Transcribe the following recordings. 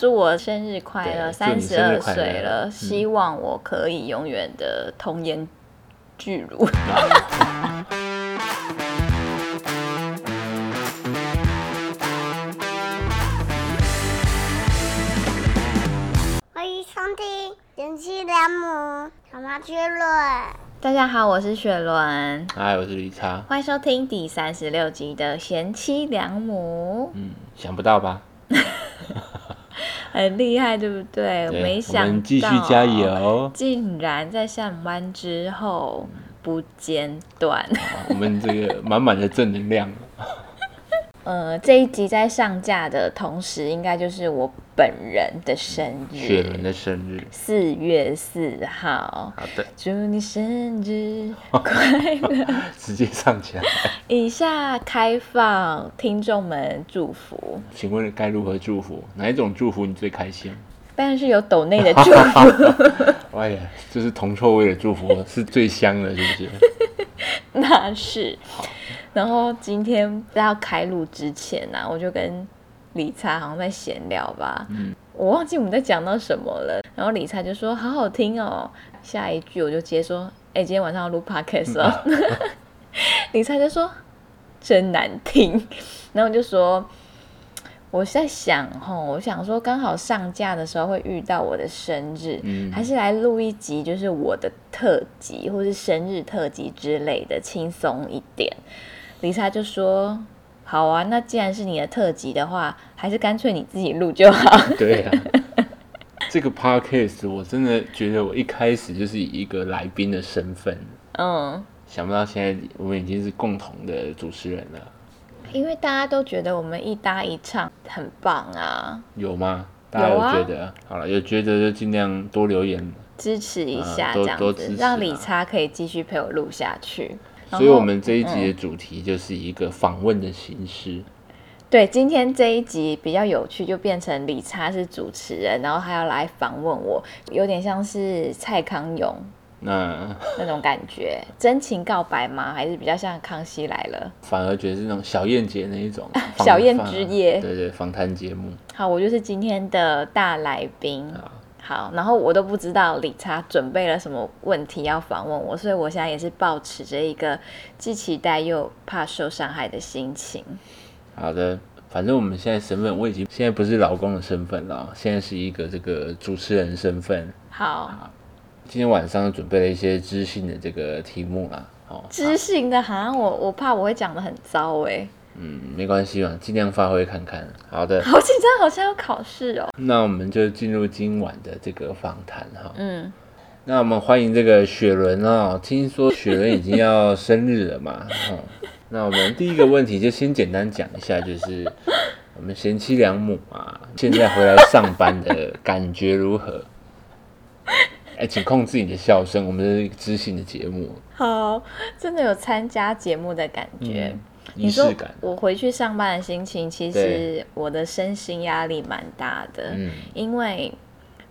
祝我生日快乐，对祝三你十生二日快乐岁了，嗯希望我可以永远的童颜巨乳。 欢迎收听《贤妻良母》小马趣论。大家好，我是雪伦，嗨，哎我是李查。欢迎收听第三十六集的贤妻良母，嗯，想不到吧？很厉害，对不对？对呃没想到，！我们继续加，油竟然在上班之后不间断。 啊我们这个满满的正能量。呃，这一集在上架的同时，应该就是我本人的生日，雪人的生日，四月四号。好的，祝你生日快乐！直接上起来。以下开放听众们祝福，请问该如何祝福？哪一种祝福你最开心？当然是有抖内的祝福，哎呀，就是铜臭味的祝福是最香的，是不是？ 那是。然后今天在要开录之前呢、我就跟理查好像在闲聊吧，我忘记我们在讲到什么了。然后理查就说：“好好听哦。”下一句我就直接说：“哎、今天晚上要录 podcast 哦。” 理查就说：“真难听。”然后我就说：“我在想吼，我想说刚好上架的时候会遇到我的生日，嗯还是来录一集就是我的特辑或是生日特辑之类的，轻松一点。”理查就说：“好啊，那既然是你的特辑的话，还是干脆你自己录就好。 对啊。这个 podcast 我真的觉得我一开始就是以一个来宾的身份，”嗯，想不到现在我们已经是共同的主持人了，因为大家都觉得我们一搭一唱很棒啊，有吗？大家有有啊觉得？好了，有觉得就尽量多留言，支持一下啊这多样多子，支持让啊理查可以继续陪我录下去。然所以，我后们这一集的主题就是一个访问的形式。对今天这一集比较有趣，就变成理查是主持人，然后他要来访问我，有点像是蔡康永那那种感觉，真情告白吗？还是比较像康熙来了？反而觉得是那种小燕姐那一种 访小燕访之夜对对，访谈节目好，我就是今天的大来宾。啊，好，然后我都不知道理查准备了什么问题要访问我，所以我现在也是保持着一个既期待又怕受伤害的心情。好的。反正我们现在身份，我已经现在不是老公的身份了，现在是一个这个主持人身份。好，今天晚上准备了一些知性的这个题目啦，哦，知性的哈，我我怕我会讲的很糟哎、嗯，没关系嘛，尽量发挥看看。好 的，好紧张，好像要考试哦。那我们就进入今晚的这个访谈哈。嗯，那我们欢迎这个雪伦哦，听说雪伦已经要生日了嘛， 哦，那我们第一个问题就先简单讲一下，就是我们贤妻良母啊，现在回来上班的感觉如何？ 哎、请控制你的笑声，我们这是一个知性的节目，好，真的有参加节目的感觉。嗯仪你说式感，我回去上班的心情，其实对我的身心压力蛮大的，嗯因为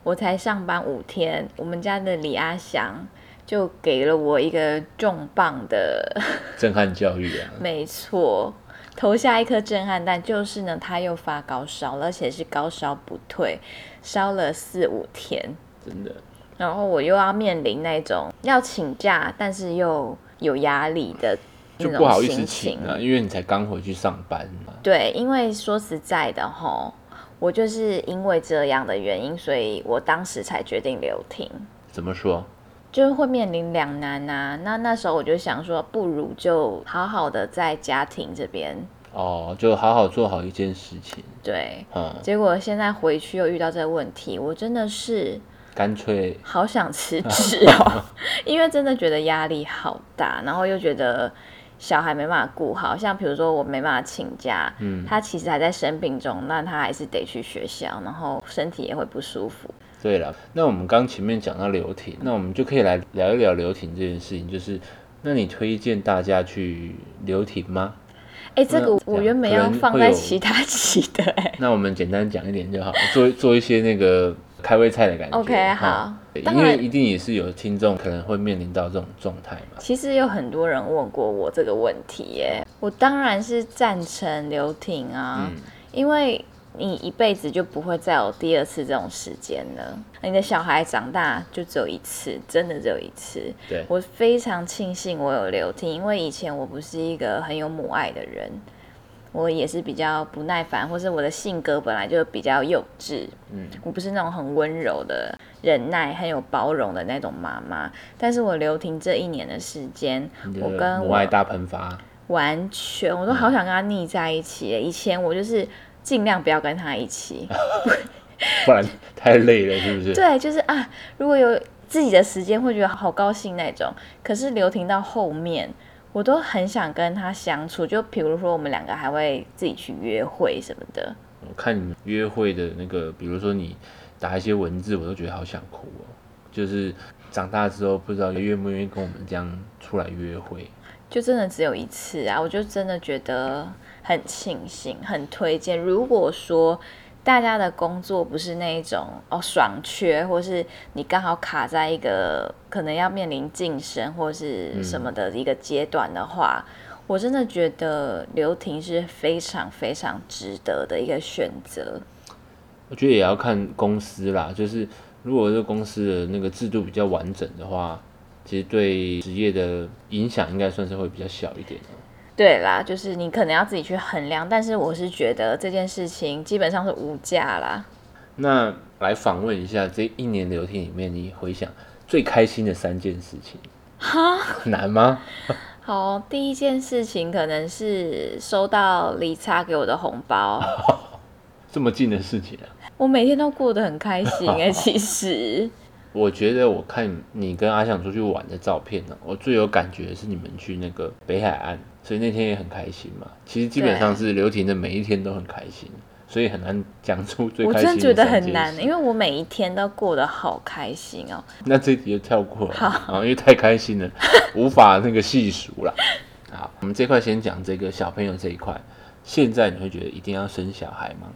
我才上班五天，我们家的李阿祥就给了我一个重磅的，震撼教育啊，没错， 投下一颗震撼弹，就是呢，他又发高烧了，而且是高烧不退，烧了四五天，真的，然后我又要面临那种要请假，但是又有压力的那就种不好意思心请情啊，因为你才刚回去上班嘛，对，因为说实在的吼，我就是因为这样的原因，所以我当时才决定留停，怎么说？就是会面临两难啊。那那时候我就想说，不如就好好的在家庭这边，哦，就好好做好一件事情，对。嗯，结果现在回去又遇到这个问题，我真的是干脆好想辞职哦， 因为真的觉得压力好大，然后又觉得小孩没办法顾好，像比如说我没办法请假，嗯他其实还在生病中，那他还是得去学校，然后身体也会不舒服。对了，那我们刚前面讲到流亭，那我们就可以来聊一聊流亭这件事情。就是，那你推荐大家去流亭吗？哎，这个那我原本啊可要能放会在有其他 集的哎。那我们简单讲一点就好， 做做一些那个开胃菜的感觉。 OK，哈好对当因为然一定也是有听众可能会面临到这种状态嘛。其实有很多人问哎过我嗯啊这个问题耶，我当然是赞成刘婷啊，因为你一辈子就不会再有第二次这种时间了。你的小孩长大就只有一次，真的只有一次。对我非常庆幸我有留听，因为以前我不是一个很有母爱的人，我也是比较不耐烦，或是我的性格本来就比较幼稚，嗯，我不是那种很温柔的、忍耐、很有包容的那种妈妈。但是我留停这一年的时间你，我的跟母我爱大喷发，完全，我都好想跟他腻在一起耶。以前我就是尽量不要跟他一嗯起，不然太累了，是不是？对，就是啊，如果有自己的时间，会觉得好高兴那种。可是留停到后面，我都很想跟他相处。就比如说，我们两个还会自己去约会什么的。我嗯看你们约会的那个，比如说你打一些文字，我都觉得好想哭哦。就是长大之后，不知道愿不愿意跟我们这样出来约会。就真的只有一次啊！我就真的觉得很庆幸，很推荐。如果说大家的工作不是那一种哦爽缺，或是你刚好卡在一个可能要面临晋升或是什么的一个阶段的话，我真的觉得留停是非常非常值得的一个选择。我觉得也要看公司啦，就是如果这个公司的那个制度比较完整的话，其实对职业的影响应该算是会比较小一点哦。对啦，就是你可能要自己去衡量，但是我是觉得这件事情基本上是无价啦。那来访问一下这一年流听里面，你回想最开心的三件事情，哈， 难吗？好，第一件事情可能是收到李莎给我的红包， 这么近的事情啊！我每天都过得很开心哎、 其实我觉得我看你跟阿翔出去玩的照片呢、我最有感觉的是你们去那个北海岸，所以那天也很开心嘛。其实基本上是刘婷的每一天都很开心，所以很难讲出最我开真心的觉的得三件事。很难，因为我每一天都过得好开心哦。那这一题就跳过了，啊，因为太开心了，无法那个细数了。 好，我们这块先讲这个小朋友这一块。现在你会觉得一定要生小孩吗？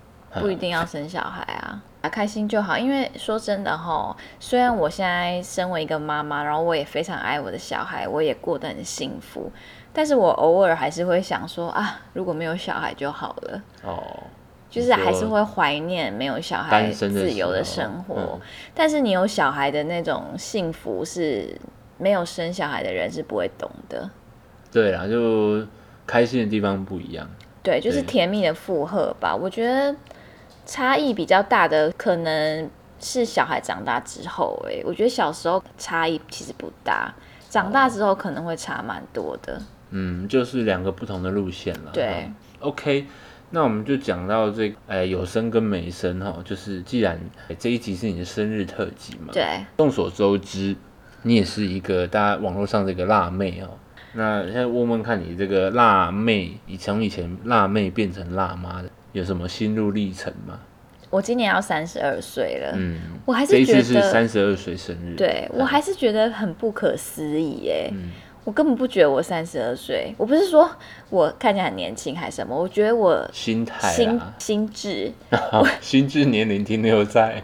不一定要生小孩啊，啊开心就好。因为说真的哈，虽然我现在身为一个妈妈，然后我也非常爱我的小孩，我也过得很幸福，但是我偶尔还是会想说啊，如果没有小孩就好了。哦，就是还是会怀念没有小孩单身的哎自由的时候生活，嗯但是你有小孩的那种幸福是没有生小孩的人是不会懂的。对啦，就开心的地方不一样。对，就是对甜蜜的负荷吧。我觉得差异比较大的可能是小孩长大之后、欸，我觉得小时候差异其实不大，长大之后可能会差蛮多的。嗯，就是两个不同的路线了。对嗯，OK，那我们就讲到这个，呃，有声跟没声哈，就是既然呃这一集是你的生日特辑嘛，，对，众所周知，你也是一个大家网络上这个辣妹哦。那现在问问看你这个辣妹，以从以前辣妹变成辣妈的，有什么心路历程吗？我今年要三十二岁了，嗯，我还这是一觉得次是三十二岁生日，对我嗯还是觉得很不可思议哎、嗯我根本不觉得我三十二岁，我不是说我看起来很年轻还是什么，我觉得我心态啊心啦，心智心智年龄停留在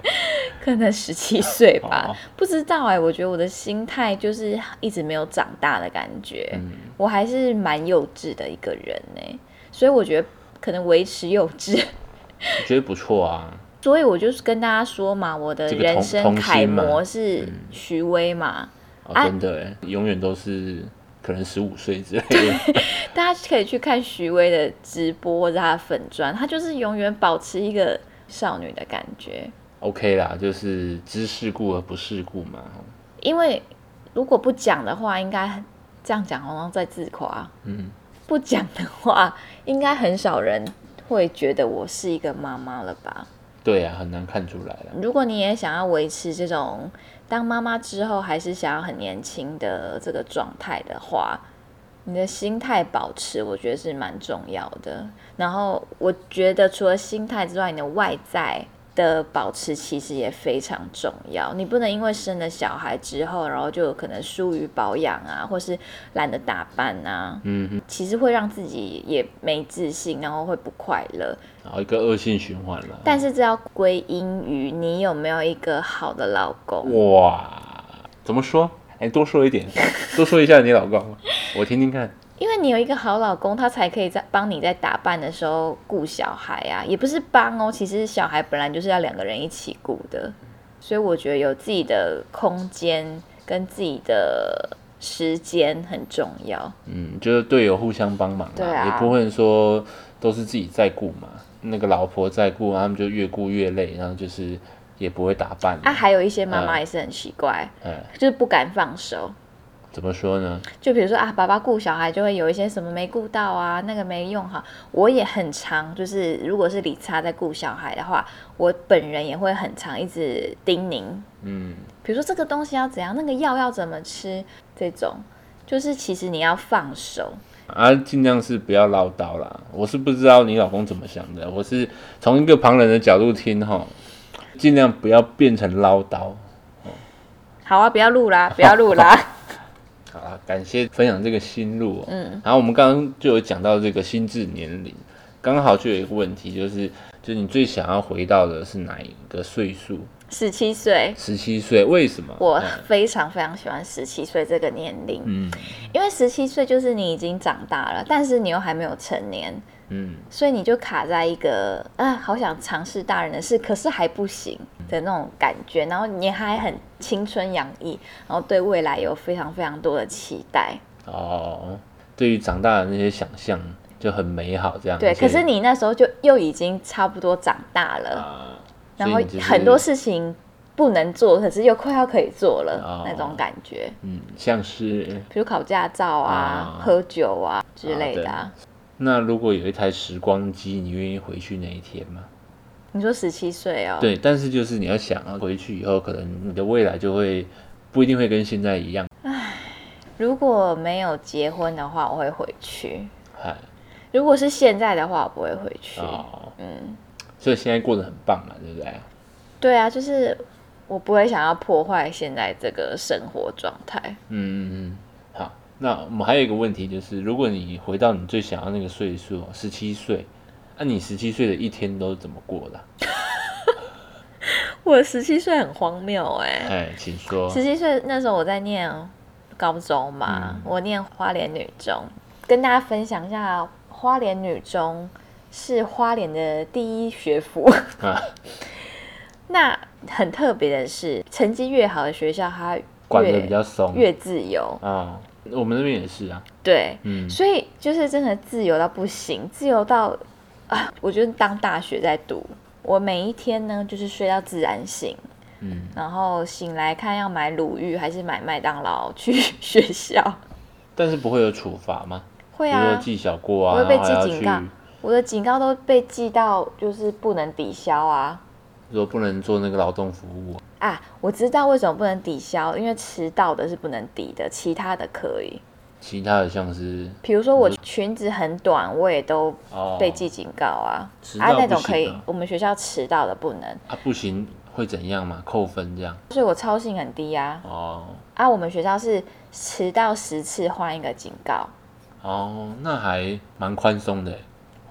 可能十七岁吧哦，不知道哎、我觉得我的心态就是一直没有长大的感觉，嗯我还是蛮幼稚的一个人哎、所以我觉得可能维持幼稚， 我觉得不错啊，所以我就是跟大家说嘛，我的这个人童生童楷心嘛嗯模是徐威嘛。哦，啊真的耶，永远都是可能十五岁之类 的。大家可以去看徐薇的直播或者她的粉砖，她就是永远保持一个少女的感觉。 OK 啦，就是知世故而不世故嘛。因为如果不讲的话，应该这样讲好像在自夸；嗯，不讲的话，应该很少人会觉得我是一个妈妈了吧？对啊，很难看出来了。如果你也想要维持这种当妈妈之后还是想要很年轻的这个状态的话，你的心态保持，我觉得是蛮重要的。然后我觉得除了心态之外，你的外在的保持其实也非常重要。你不能因为生了小孩之后，然后就可能疏于保养啊，或是懒得打扮啊，嗯哼，其实会让自己也没自信，然后会不快乐。然后一个恶性循环了。但是这要归因于你有没有一个好的老公。 哇，怎么说？哎，多说一点，多说一下你老公，我听听看。因为你有一个好老公，他才可以在帮你在打扮的时候顾小孩啊，也不是帮哦，其实小孩本来就是要两个人一起顾的，所以我觉得有自己的空间跟自己的时间很重要。嗯，就是队友互相帮忙对嘛，啊也不会说都是自己在顾嘛。那个老婆在顾，他们就越顾越累，然后就是也不会打扮。啊，还有一些妈妈嗯也是很奇怪，嗯，就是不敢放手。怎么说呢？就比如说啊，爸爸顾小孩就会有一些什么没顾到啊，那个没用好。我也很常，就是如果是理查在顾小孩的话，我本人也会很常一直叮咛，嗯，比如说这个东西要怎样，那个药要怎么吃，这种就是其实你要放手。啊，尽量是不要唠叨啦。我是不知道你老公怎么想的，我是从一个旁人的角度听哈，尽量不要变成唠叨。好啊，不要录啦，不要录啦。 好啦，感谢分享这个心路、哦。嗯，然后我们刚刚就有讲到这个心智年龄，刚好就有一个问题，就是就是你最想要回到的是哪一个岁数？十七岁，十七岁？为什么？我嗯非常非常喜欢十七岁这个年龄，嗯因为十七岁就是你已经长大了，但是你又还没有成年，嗯所以你就卡在一个啊，好想尝试大人的事，可是还不行的那种感觉。然后你还很青春洋溢，然后对未来有非常非常多的期待。哦，对于长大的那些想象就很美好，这样对，而且可是你那时候就又已经差不多长大了，啊，然后所以你就是很多事情不能做，可是又快要可以做了、哦那种感觉，嗯，像是比如考驾照啊、啊喝酒啊之类的、啊啊。那如果有一台时光机，你愿意回去那一天吗？你说十七岁哦，对，但是就是你要想啊，回去以后，可能你的未来就会不一定会跟现在一样，如果没有结婚的话，我会回去；嗨。如果是现在的话，我不会回去。哎哦，嗯，所以现在过得很棒嘛，对不对？对啊，就是我不会想要破坏现在这个生活状态。嗯嗯嗯，好。那我们还有一个问题就是，如果你回到你最想要那个岁数，十七岁，那、你十七岁的一天都怎么过的啊？我十七岁很荒谬哎、哎，请说。十七岁那时候我在念高中嘛，我念花莲女中，跟大家分享一下，花莲女中是花莲的第一学府。 啊，那很特别的是，成绩越好的学校，它管得越比较松。越自由。啊、我们那边也是啊。对，嗯所以就是真的自由到不行，自由到啊，我觉得当大学在读。我每一天呢，就是睡到自然醒，嗯，然后醒来看要买鲁豫还是买麦当劳去 学校。但是不会有处罚吗？会比如啊说，记小过啊，我会被然后还要记警告去，我的警告都被记到，就是不能抵消啊说不能做那个劳动服务啊、啊！我知道为什么不能抵消，因为迟到的是不能抵的，其他的可以。其他的像是比如说我裙子很短，我也都嗯哦被记警告啊、迟啊到那不种行可以啊，我们学校迟到的不能，啊，不行会怎样嘛？扣分这样所以我操性很低啊哦。啊！我们学校是迟到十次换一个警告，哦，那还蛮宽松的耶。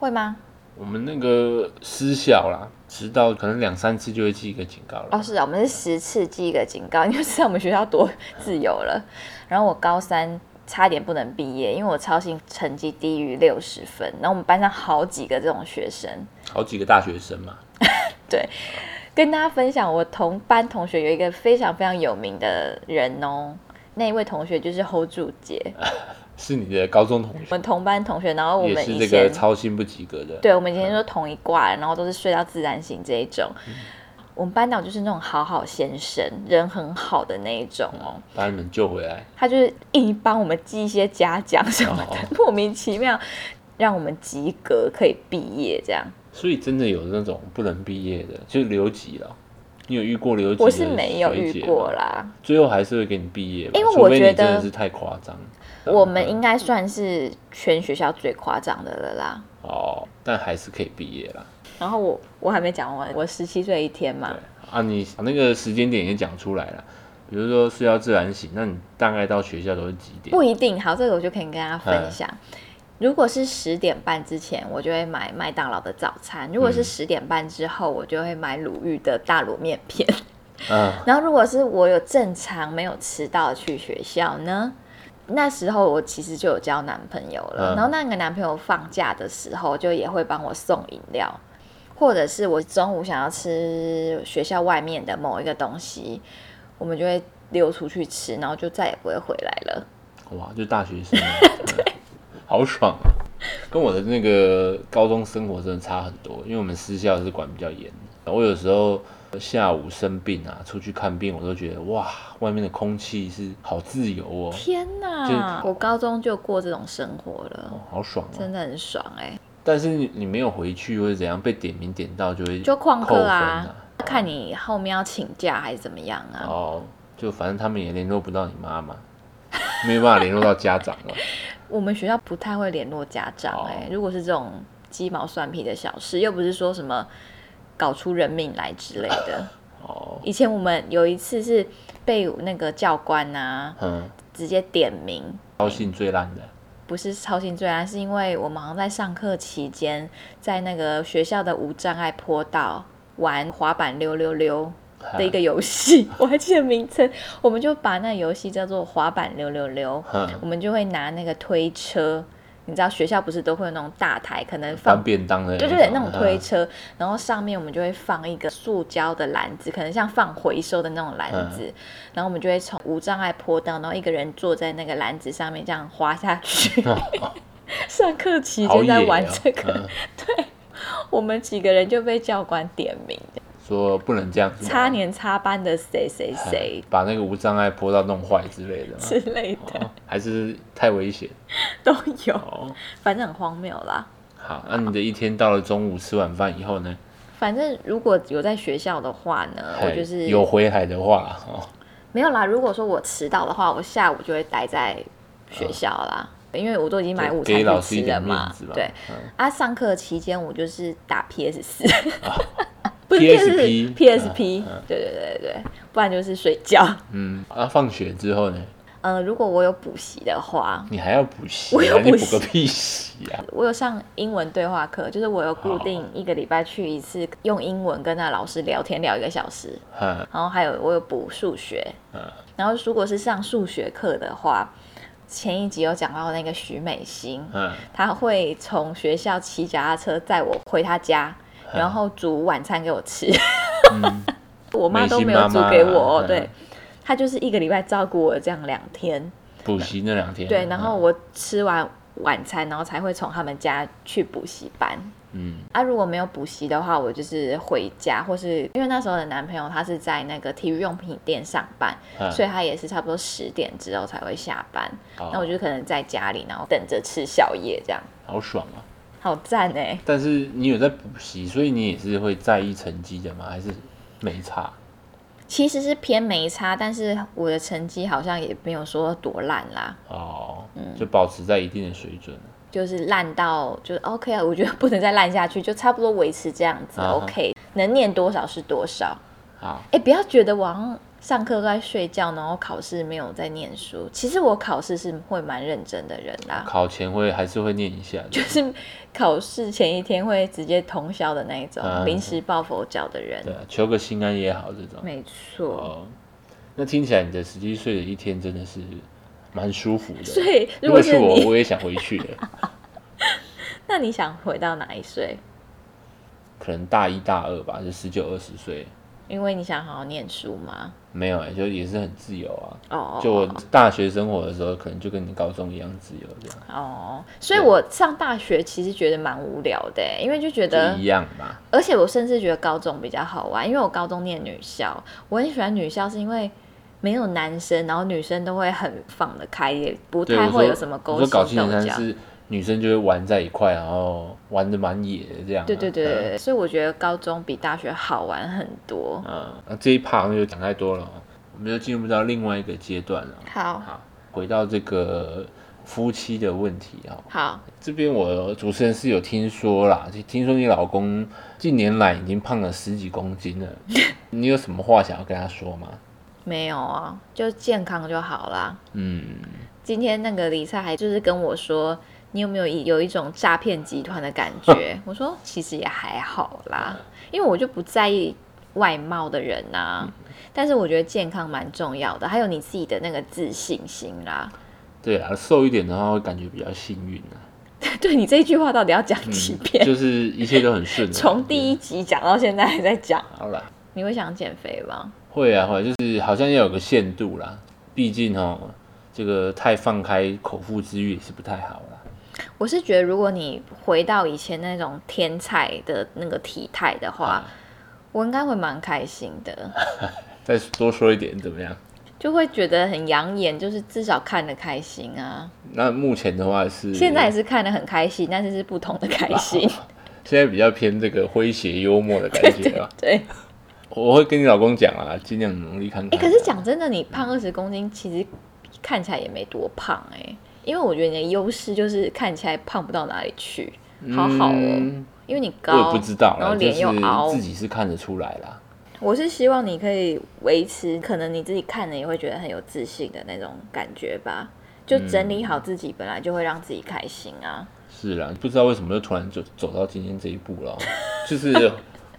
会吗？我们那个私校啦，迟到可能两三次就会记一个警告了。哦，是啊，我们是十次记一个警告， 你就知道我们学校多自由了。然后我高三差点不能毕业，因为我操性成绩低于六十分。然后我们班上好几个这种学生，好几个大学生嘛，跟大家分享，我同班同学有一个非常非常有名的人哦，那一位同学就是 hold 住姐，是你的高中同我学，们同班同学，然后我也们是以这前个操心不及格的。，对，我们以前说同一挂的，然后都是睡到自然醒这一种。我们班导就是那种好好先生，人很好的那一种哦。把你们救回来。他就是硬帮我们记一些嘉奖什么的，哦 莫名其妙让我们及格可以毕业这样。所以真的有那种不能毕业的，就留级了。你有遇过留级的我是没有学遇姐吗过，啦，最后还是会给你毕业吧，因为除我非觉你真得的是太夸张。我们应该算是全学校最夸张的了啦。哦，但还是可以毕业啦。然后我我还没讲完，我十七岁一天嘛对，啊，你那个时间点也讲出来了，比如说睡到自然醒，那你大概到学校都是几点不？一定。好，这个我就可以跟大家分享。嗯如果是十点半之前，我就会买麦当劳的早餐；如果是嗯十点半之后，我就会买鲁豫的大卤面片。 啊，然后如果是我有正常没有迟到去学校呢，那时候我其实就有交男朋友了，嗯然后那个男朋友放假的时候就也会帮我送饮料，或者是我中午想要吃学校外面的某一个东西，我们就会溜出去吃，然后就再也不会回来了。哇，就大学 生啊，嗯好爽啊！跟我的那个高中生活真的差很多，因为我们私校是管比较严的。我有时候下午生病啊，出去看病，我都觉得哇，外面的空气是好自由哦，天哪！就我高中就过这种生活了，好爽哦。真的很爽哎、但是你你没有回去或者怎样被点名点到，就会就旷扣课分啊。，看你后面要请假还是怎么样啊？哦，就反正他们也联络不到你妈妈，没有办法联络到家长了。 我们学校不太会联络家长哦哎、如果是这种鸡毛蒜皮的小事，又不是说什么搞出人命来之类 的。哦，以前我们有一次是被那个教官啊嗯，直接点名，高兴最烂的，不是操心罪啊案，是因为我们好像在上课期间，在那个学校的无障碍坡道玩滑板溜溜溜。嗯的一啊个游戏， 我还记得名称，我们就把那游戏叫做滑板溜溜溜，嗯我们就会拿那个推车，你知道学校不是都会有那种大台，可能翻放。便当的，对对对，那种推嗯车，然后上面我们就会放一个塑胶的篮子，可能像放回收的那种篮嗯子，然后我们就会从无障碍坡道，然后一个人坐在那个篮子上面这样滑下 去。上课期好间野在玩哦这个，嗯我们几个人就被教官点名，说不能这样子，擦年擦班的谁谁嗯谁 把那个无障碍坡道弄坏之类的吗，之类的、哦还是太危险都有，哦。反正很荒谬啦。好，那、你的一天到了中午吃晚饭以后呢？反正如果有在学校的话呢，我嘿就是有回来的话哦，没有啦。如果说我迟到的话，我下午就会待在学校啦，因为我都已经买午餐嗯给老师去吃一了点面嘛子。吧。对嗯啊，上课期间我就是打 PS 四、哦 不是 PSP PSP，对对对对对，不然就是睡觉。嗯，啊，放学之后呢，嗯、如果我有补习的话，你还要补习、我有啊，你补补习个屁习啊！我有上英文对话课，就是我有固定一个礼拜去一次，用英文跟那老师聊天聊一个小时。嗯然后还有我有补数学，嗯然后如果是上数学课的话，前一集有讲到那个徐美心，嗯，她会从学校骑脚踏车载我回她家，嗯然后煮晚餐给我吃， 我妈都没有煮给我哦，美心妈妈对嗯。她就是一个礼拜照顾我这样两天，补习那两天，对，然后嗯我吃完晚餐，然后才会从他们家去补习班。嗯啊，如果没有补习的话，我就是回家，或是因为那时候的男朋友他是在那个体育用品店上班，嗯所以他也是差不多十点之后才会下班。哦那我就可能在家里，然后等着吃宵夜，这样好爽啊！好赞哎！但是你有在补习，所以你也是会在意成绩的吗？还是没差？其实是偏没差，但是我的成绩好像也没有说多烂啦，哦，嗯就保持在一定的水准。就是烂到就是 OK 啊，我觉得不能再烂下去，就差不多维持这样子、啊哈 OK，能念多少是多少。好，哎、不要觉得我好像上课都在睡觉，然后考试没有在念书。其实我考试是会蛮认真的人啦，考前会还是会念一下的，就是考试前一天会直接通宵的那一种，嗯临时抱佛脚的人对。啊，求个心安也好，这种。没错，哦，那听起来你的十七岁的一天真的是蛮舒服的。所以如啊如果果是是我，你，我也想回去了，那你想回到哪一岁？可能大一大二吧，就十九二十岁，因为你想好好念书吗？没有哎、就也是很自由啊。哦，就我大学生活的时候，可能就跟你高中一样自由这样，哦，所以我上大学其实觉得蛮无聊的，欸因为就觉得就一样嘛。而且我甚至觉得高中比较好玩，因为我高中念女校，我很喜欢女校，是因为没有男生，然后女生都会很放得开，也不对，太我会说有什么我勾说心搞七斗连三角。是女生就会玩在一块，然后玩的蛮野的这样啊、对对对对嗯。对，所以我觉得高中比大学好玩很多。嗯，那这一趴好像就讲太多了哦，我们就进入到另外一个阶段了。好好，回到这个夫妻的问题哈、哦，好，这边我主持人是有听说啦，就听说你老公近年来已经胖了十几公斤 了，你有什么话想要跟他说吗？没有啊，就健康就好啦。嗯，今天那个李灿还就是跟我说，你有没有一有一种诈骗集团的感觉？我说其实也还好啦，嗯因为我就不在意外貌的人啊呐、嗯但是我觉得健康蛮重要的，还有你自己的那个自信心啦。 对啊，瘦一点的话会感觉比较幸运啊。嗯对你这一句话到底要讲几遍？就是一切都很顺啊。从第一一集讲到现在还在讲，好啦，你会想减肥吗？会啊会啊，就是好像要有个限度啦，毕竟哦，这个太放开口腹之欲也是不太好啦。我是觉得，如果你回到以前那种天才的那个体态的话，嗯我应该会蛮开心的，再多说一点怎么样？就会觉得很养眼，就是至少看得开心啊。那目前的话是现在也是看得很开心，但是是不同的开心。现在比较偏这个诙谐幽默的感觉啊。对， 我会跟你老公讲啊，尽量努力看哎、看。可是讲真的，你胖二十公斤，其实看起来也没多胖哎、因为我觉得你的优势就是看起来胖不到哪里去，好好哦。嗯因为你我也高，不知道然后啦，就脸又凹是自己是看得出来啦。我是希望你可以维持，可能你自己看了也会觉得很有自信的那种感觉吧。就整理好自己，本来就会让自己开心啊。是啦，不知道为什么就突然走走到今天这一步 了哦，就是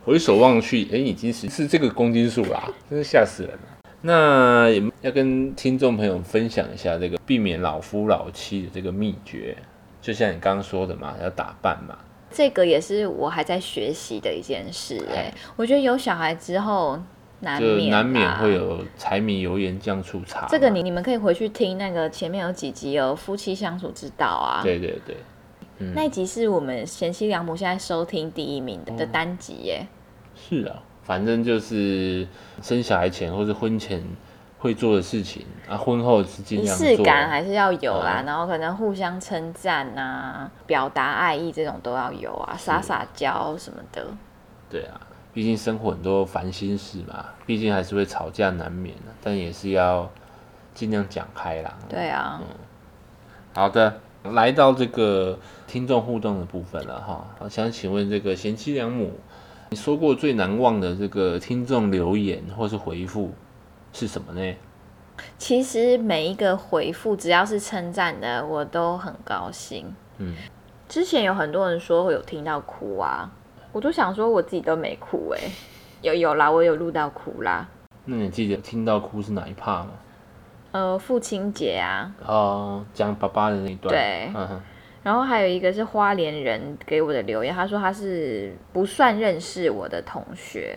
回首望去，哎、已经是是这个公斤数啦，真是吓死人了。那也要跟听众朋友分享一下这个避免老夫老妻的这个秘诀，就像你刚刚说的嘛，要打扮嘛，这个也是我还在学习的一件事哎、哎我觉得有小孩之后难就免难免啦会有柴米油盐酱醋茶嘛。这个你你们可以回去听那个前面有几集有夫妻相处之道啊，对对对，那一集是我们贤妻良母现在收听第一名嗯的的单集哎耶。是啊，反正就是生小孩前或是婚前会做的事情啊，婚后是尽仪量式做。啊感还是要有啦，嗯然后可能互相称赞呐、表达爱意这种都要有啊，撒撒娇什么的。对啊，毕竟生活很多烦心事嘛，毕竟还是会吵架难免啊，但也是要尽量讲开啦。对啊，好的，来到这个听众互动的部分了哈，我想请问这个贤妻良母，你说过最难忘的这个听众留言或是回复是什么呢？其实每一个回复只要是称赞的，我都很高兴。嗯，之前有很多人说有听到哭啊，我都想说我自己都没哭哎、有有啦，我有录到哭啦。那你记得听到哭是哪一趴吗？呃，父亲节啊，哦，讲爸爸的那一段。对嗯哼，然后还有一个是花莲人给我的留言，他说他是不算认识我的同学，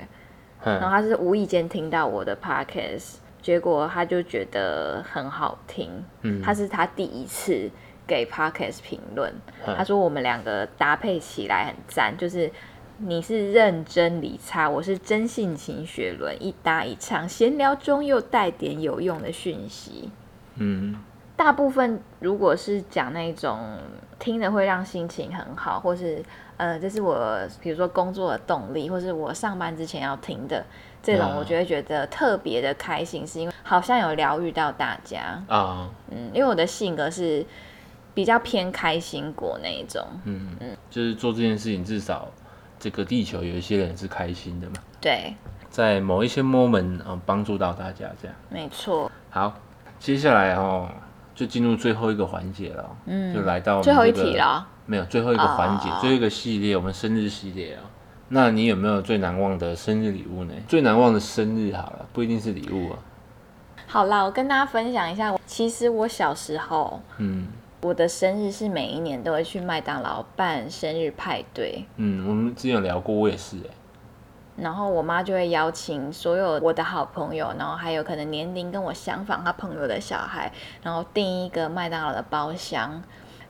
然后嗯，他是无意间听到我的 podcast，结果他就觉得很好听，嗯他是他第一次给 podcast 评论，嗯他说我们两个搭配起来很赞，就是。你是认真理查，我是真性情学伦，一搭一唱，闲聊中又带点有用的讯息。嗯，大部分如果是讲那种听了会让心情很好，或是呃，这是我比如说工作的动力，或是我上班之前要听的这种，嗯我就会觉得特别的开心，是因为好像有疗愈到大家。啊，嗯，因为我的性格是比较偏开心果那一种，嗯，就是做这件事情，至少这个地球有一些人是开心的嘛，对，在某一些 moment 啊、帮助到大家这样。没错。好，接下来哦，就进入最后一个环节了哦，嗯就来到我们最后一这个题了，没有最后一个环节，哦最后一个系列，我们生日系列啊、那你有没有最难忘的生日礼物呢？最难忘的生日好了，不一定是礼物啊。好啦，我跟大家分享一下，我其实我小时候嗯我的生日是每一年都会去麦当劳办生日派对。嗯，我们之前有聊过，我也是哎、然后我妈就会邀请所有我的好朋友，然后还有可能年龄跟我相仿她朋友的小孩，然后订一个麦当劳的包厢，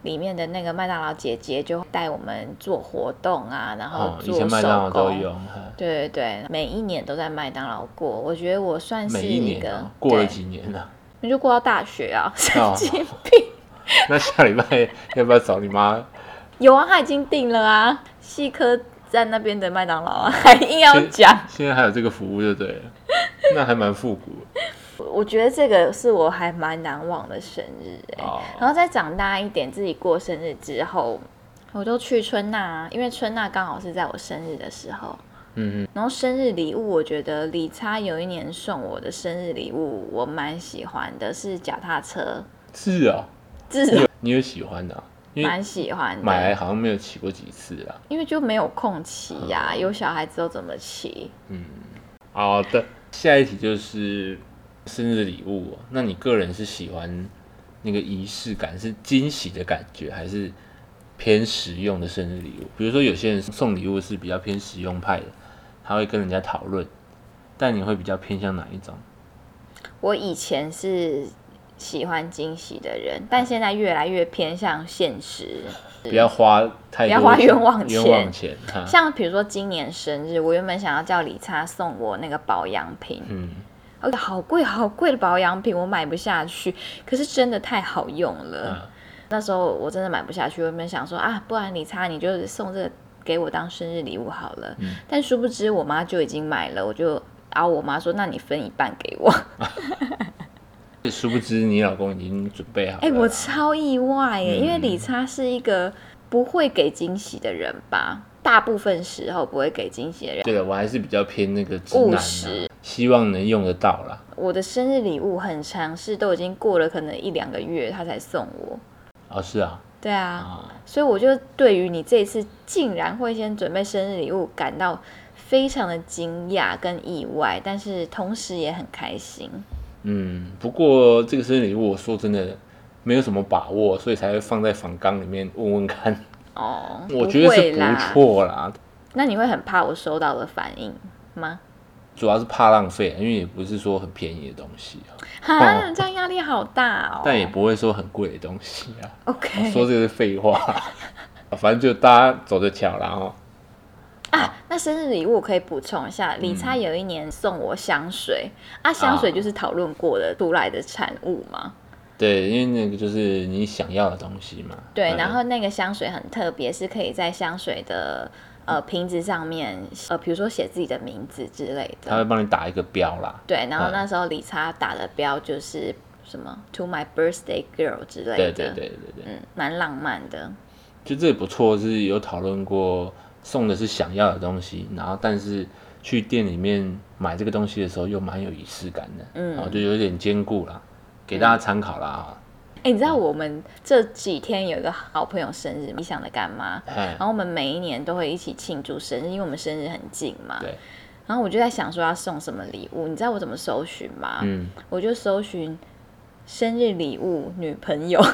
里面的那个麦当劳姐姐就带我们做活动啊，然后哦，以做前麦当劳手都工。有，哦哈对对对，每一年都在麦当劳过，我觉得我算是每一一年、个啊、过了对几年了、 你就过到大学啊，神哦经病。那下礼拜要不要找你妈有啊，她已经订了啊，细科在那边的麦当劳哦啊，还硬要先讲。现在还有这个服务就对了，那还蛮复古我觉得这个是我还蛮难忘的生日哎、哦然后再长大一点，自己过生日之后，我就去春娜啊，因为春娜刚好是在我生日的时候。嗯然后生日礼物，我觉得李差有一年送我的生日礼物，我蛮喜欢的，是脚踏车，哼，是啊、自你己有你有喜欢的啊、因为蛮喜欢买来的，好像没有骑过几次啊啦。因为就没有空骑呀、嗯有小孩之后怎么骑？好的，下一题就是生日礼物哦、那你个人是喜欢那个仪式感，是惊喜的感觉，还是偏实用的生日礼物？比如说有些人送礼物是比较偏实用派的，他会跟人家讨论，但你会比较偏向哪一种？我以前是喜欢惊喜的人，但现在越来越偏向现实。不要花太不多要花钱冤枉钱冤枉钱哈。像比如说今年生日，我原本想要叫李差送我那个保养品，嗯，而且好贵好贵的保养品，我买不下去。可是真的太好用了，嗯那时候我真的买不下去。我原本想说啊，不然李差你就送这个给我当生日礼物好了。嗯但殊不知我妈就已经买了，我就熬我妈说，那你分一半给我。殊不知你老公已经准备好了啦。哎、我超意外耶，嗯因为理查是一个不会给惊喜的人吧，大部分时候不会给惊喜的人。对了，我还是比较偏那个直务男、啊实，希望能用得到啦。我的生日礼物很尝试都已经过了可能一两个月，他才送我。哦，是啊，对啊，啊、所以我就对于你这一次竟然会先准备生日礼物感到非常的惊讶跟意外，但是同时也很开心。嗯，不过这个生日礼物，我说真的没有什么把握，所以才会放在访纲里面问问看。哦，我觉得是会啦不。错啦，那你会很怕我收到的反应吗？主要是怕浪费，啊因为也不是说很便宜的东西啊， 啊，这样压力好大哦。哎但也不会说很贵的东西啊。 OK，说这个是废 话，啊反正就大家走着瞧啦哦。啊，那生日礼物我可以补充一下，李差嗯有一年送我香水、啊，香水就是讨论过的出来的产物嘛。对，因为那个就是你想要的东西嘛。对，嗯然后那个香水很特别，是可以在香水的呃嗯瓶子上面呃，比如说写自己的名字之类他会的。帮你打一个标啦。对，然后嗯那时候李差打的标就是什么 “To my birthday girl” 之类的，对对对对对，嗯，蛮浪漫的。就这也不错，是有讨论过送的是想要的东西，然后但是去店里面买这个东西的时候又蛮有仪式感的，嗯然后就有点兼顾啦，给大家参考啦啊，哎、你知道我们这几天有一个好朋友生日，理想的干妈，哎然，后我们每一年都会一起庆祝生日，因为我们生日很近嘛。对，然后我就在想说要送什么礼物，你知道我怎么搜寻吗？嗯，我就搜寻生日礼物女朋友，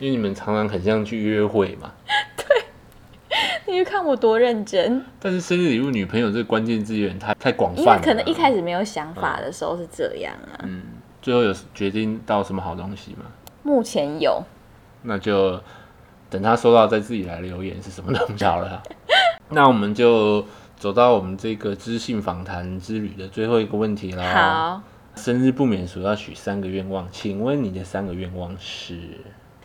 因为你们常常很像去约会嘛，你就看我多认真，但是生日礼物女朋友这个关键字有点太太广因泛为了，可能一开始没有想法的时候是这样啊。最后有决定到什么好东西吗？目前有，那就等他收到再自己来留言是什么东西好了啦。啊 那我们就走到我们这个知性访谈之旅的最后一个问题啦。好，生日不免俗，要许三个愿望。请问你的三个愿望是？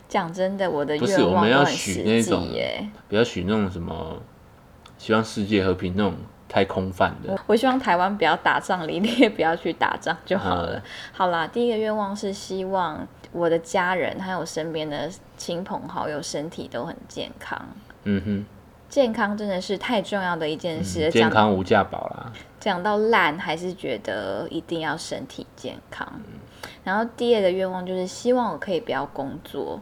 讲真的，我的不是愿我望们要都很许实那际种耶。不要许那种什么希望世界和平那种太空泛的。我希望台湾不要打仗，你也不要去打仗就好了。嗯好啦，第一个愿望是希望我的家人还有我身边的亲朋好友身体都很健康。嗯健康真的是太重要的一件事，哼，健讲康无价宝啦。讲到烂，还是觉得一定要身体健康。然后第二个愿望就是希望我可以不要工 作，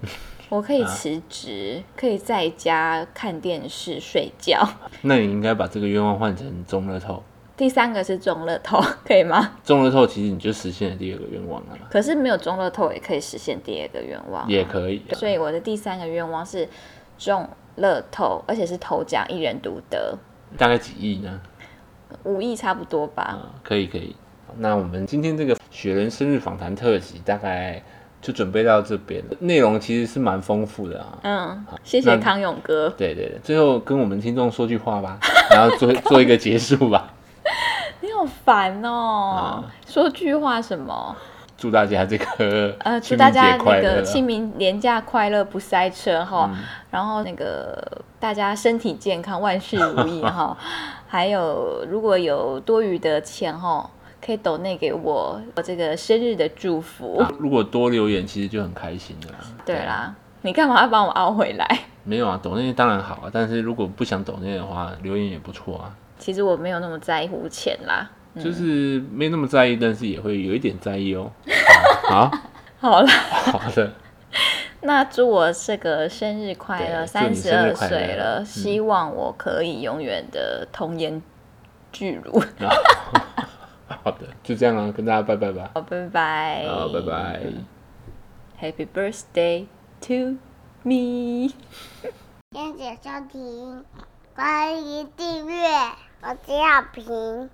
我可以辞职，可以在家看电视睡觉。那你应该把这个愿望换成中乐透。第三个是中乐透，可以 吗？中乐透其实你就实现了第二个愿望了嘛，可是没有中乐透也可以实现第二个愿望啊，也可以。所以我的第三个愿望是中乐透，而且是头奖一人独得，大概几亿呢？五亿差不多吧。啊，可以可以。那我们今天这个雪人生日访谈特辑大概就准备到这边了，内容其实是蛮丰富的啊。嗯，谢谢那康永哥。对对对，最后跟我们听众说句话吧， 然后做做一个结束吧。你好烦哦、啊说句话什么？祝大家这个 呃，祝清大明节家快那乐个啊！嗯清明年假快乐，不塞车哈、然后那个大家身体健康，万事如意 哈。还有如果有多余的钱哈，可以抖内给我我这个生日的祝福。啊如果多留言，其实就很开心的啦。对，啊啦，你干嘛要帮我凹回来？ 没有啊，抖内当然好啊，但是如果不想抖内的话，留言也不错啊。其实我没有那么在乎钱啦。就是没那么在意，但是也会有一点在 意哦。好，好啦， 好的，那祝我这个生日快乐，对祝三你十生二日快乐岁了，嗯希望我可以永远的童颜巨乳。 好的，就这样啊，跟大家拜拜吧。好，拜拜。好，拜拜。 Happy birthday to me。谢谢收听，关于订阅，我是小平。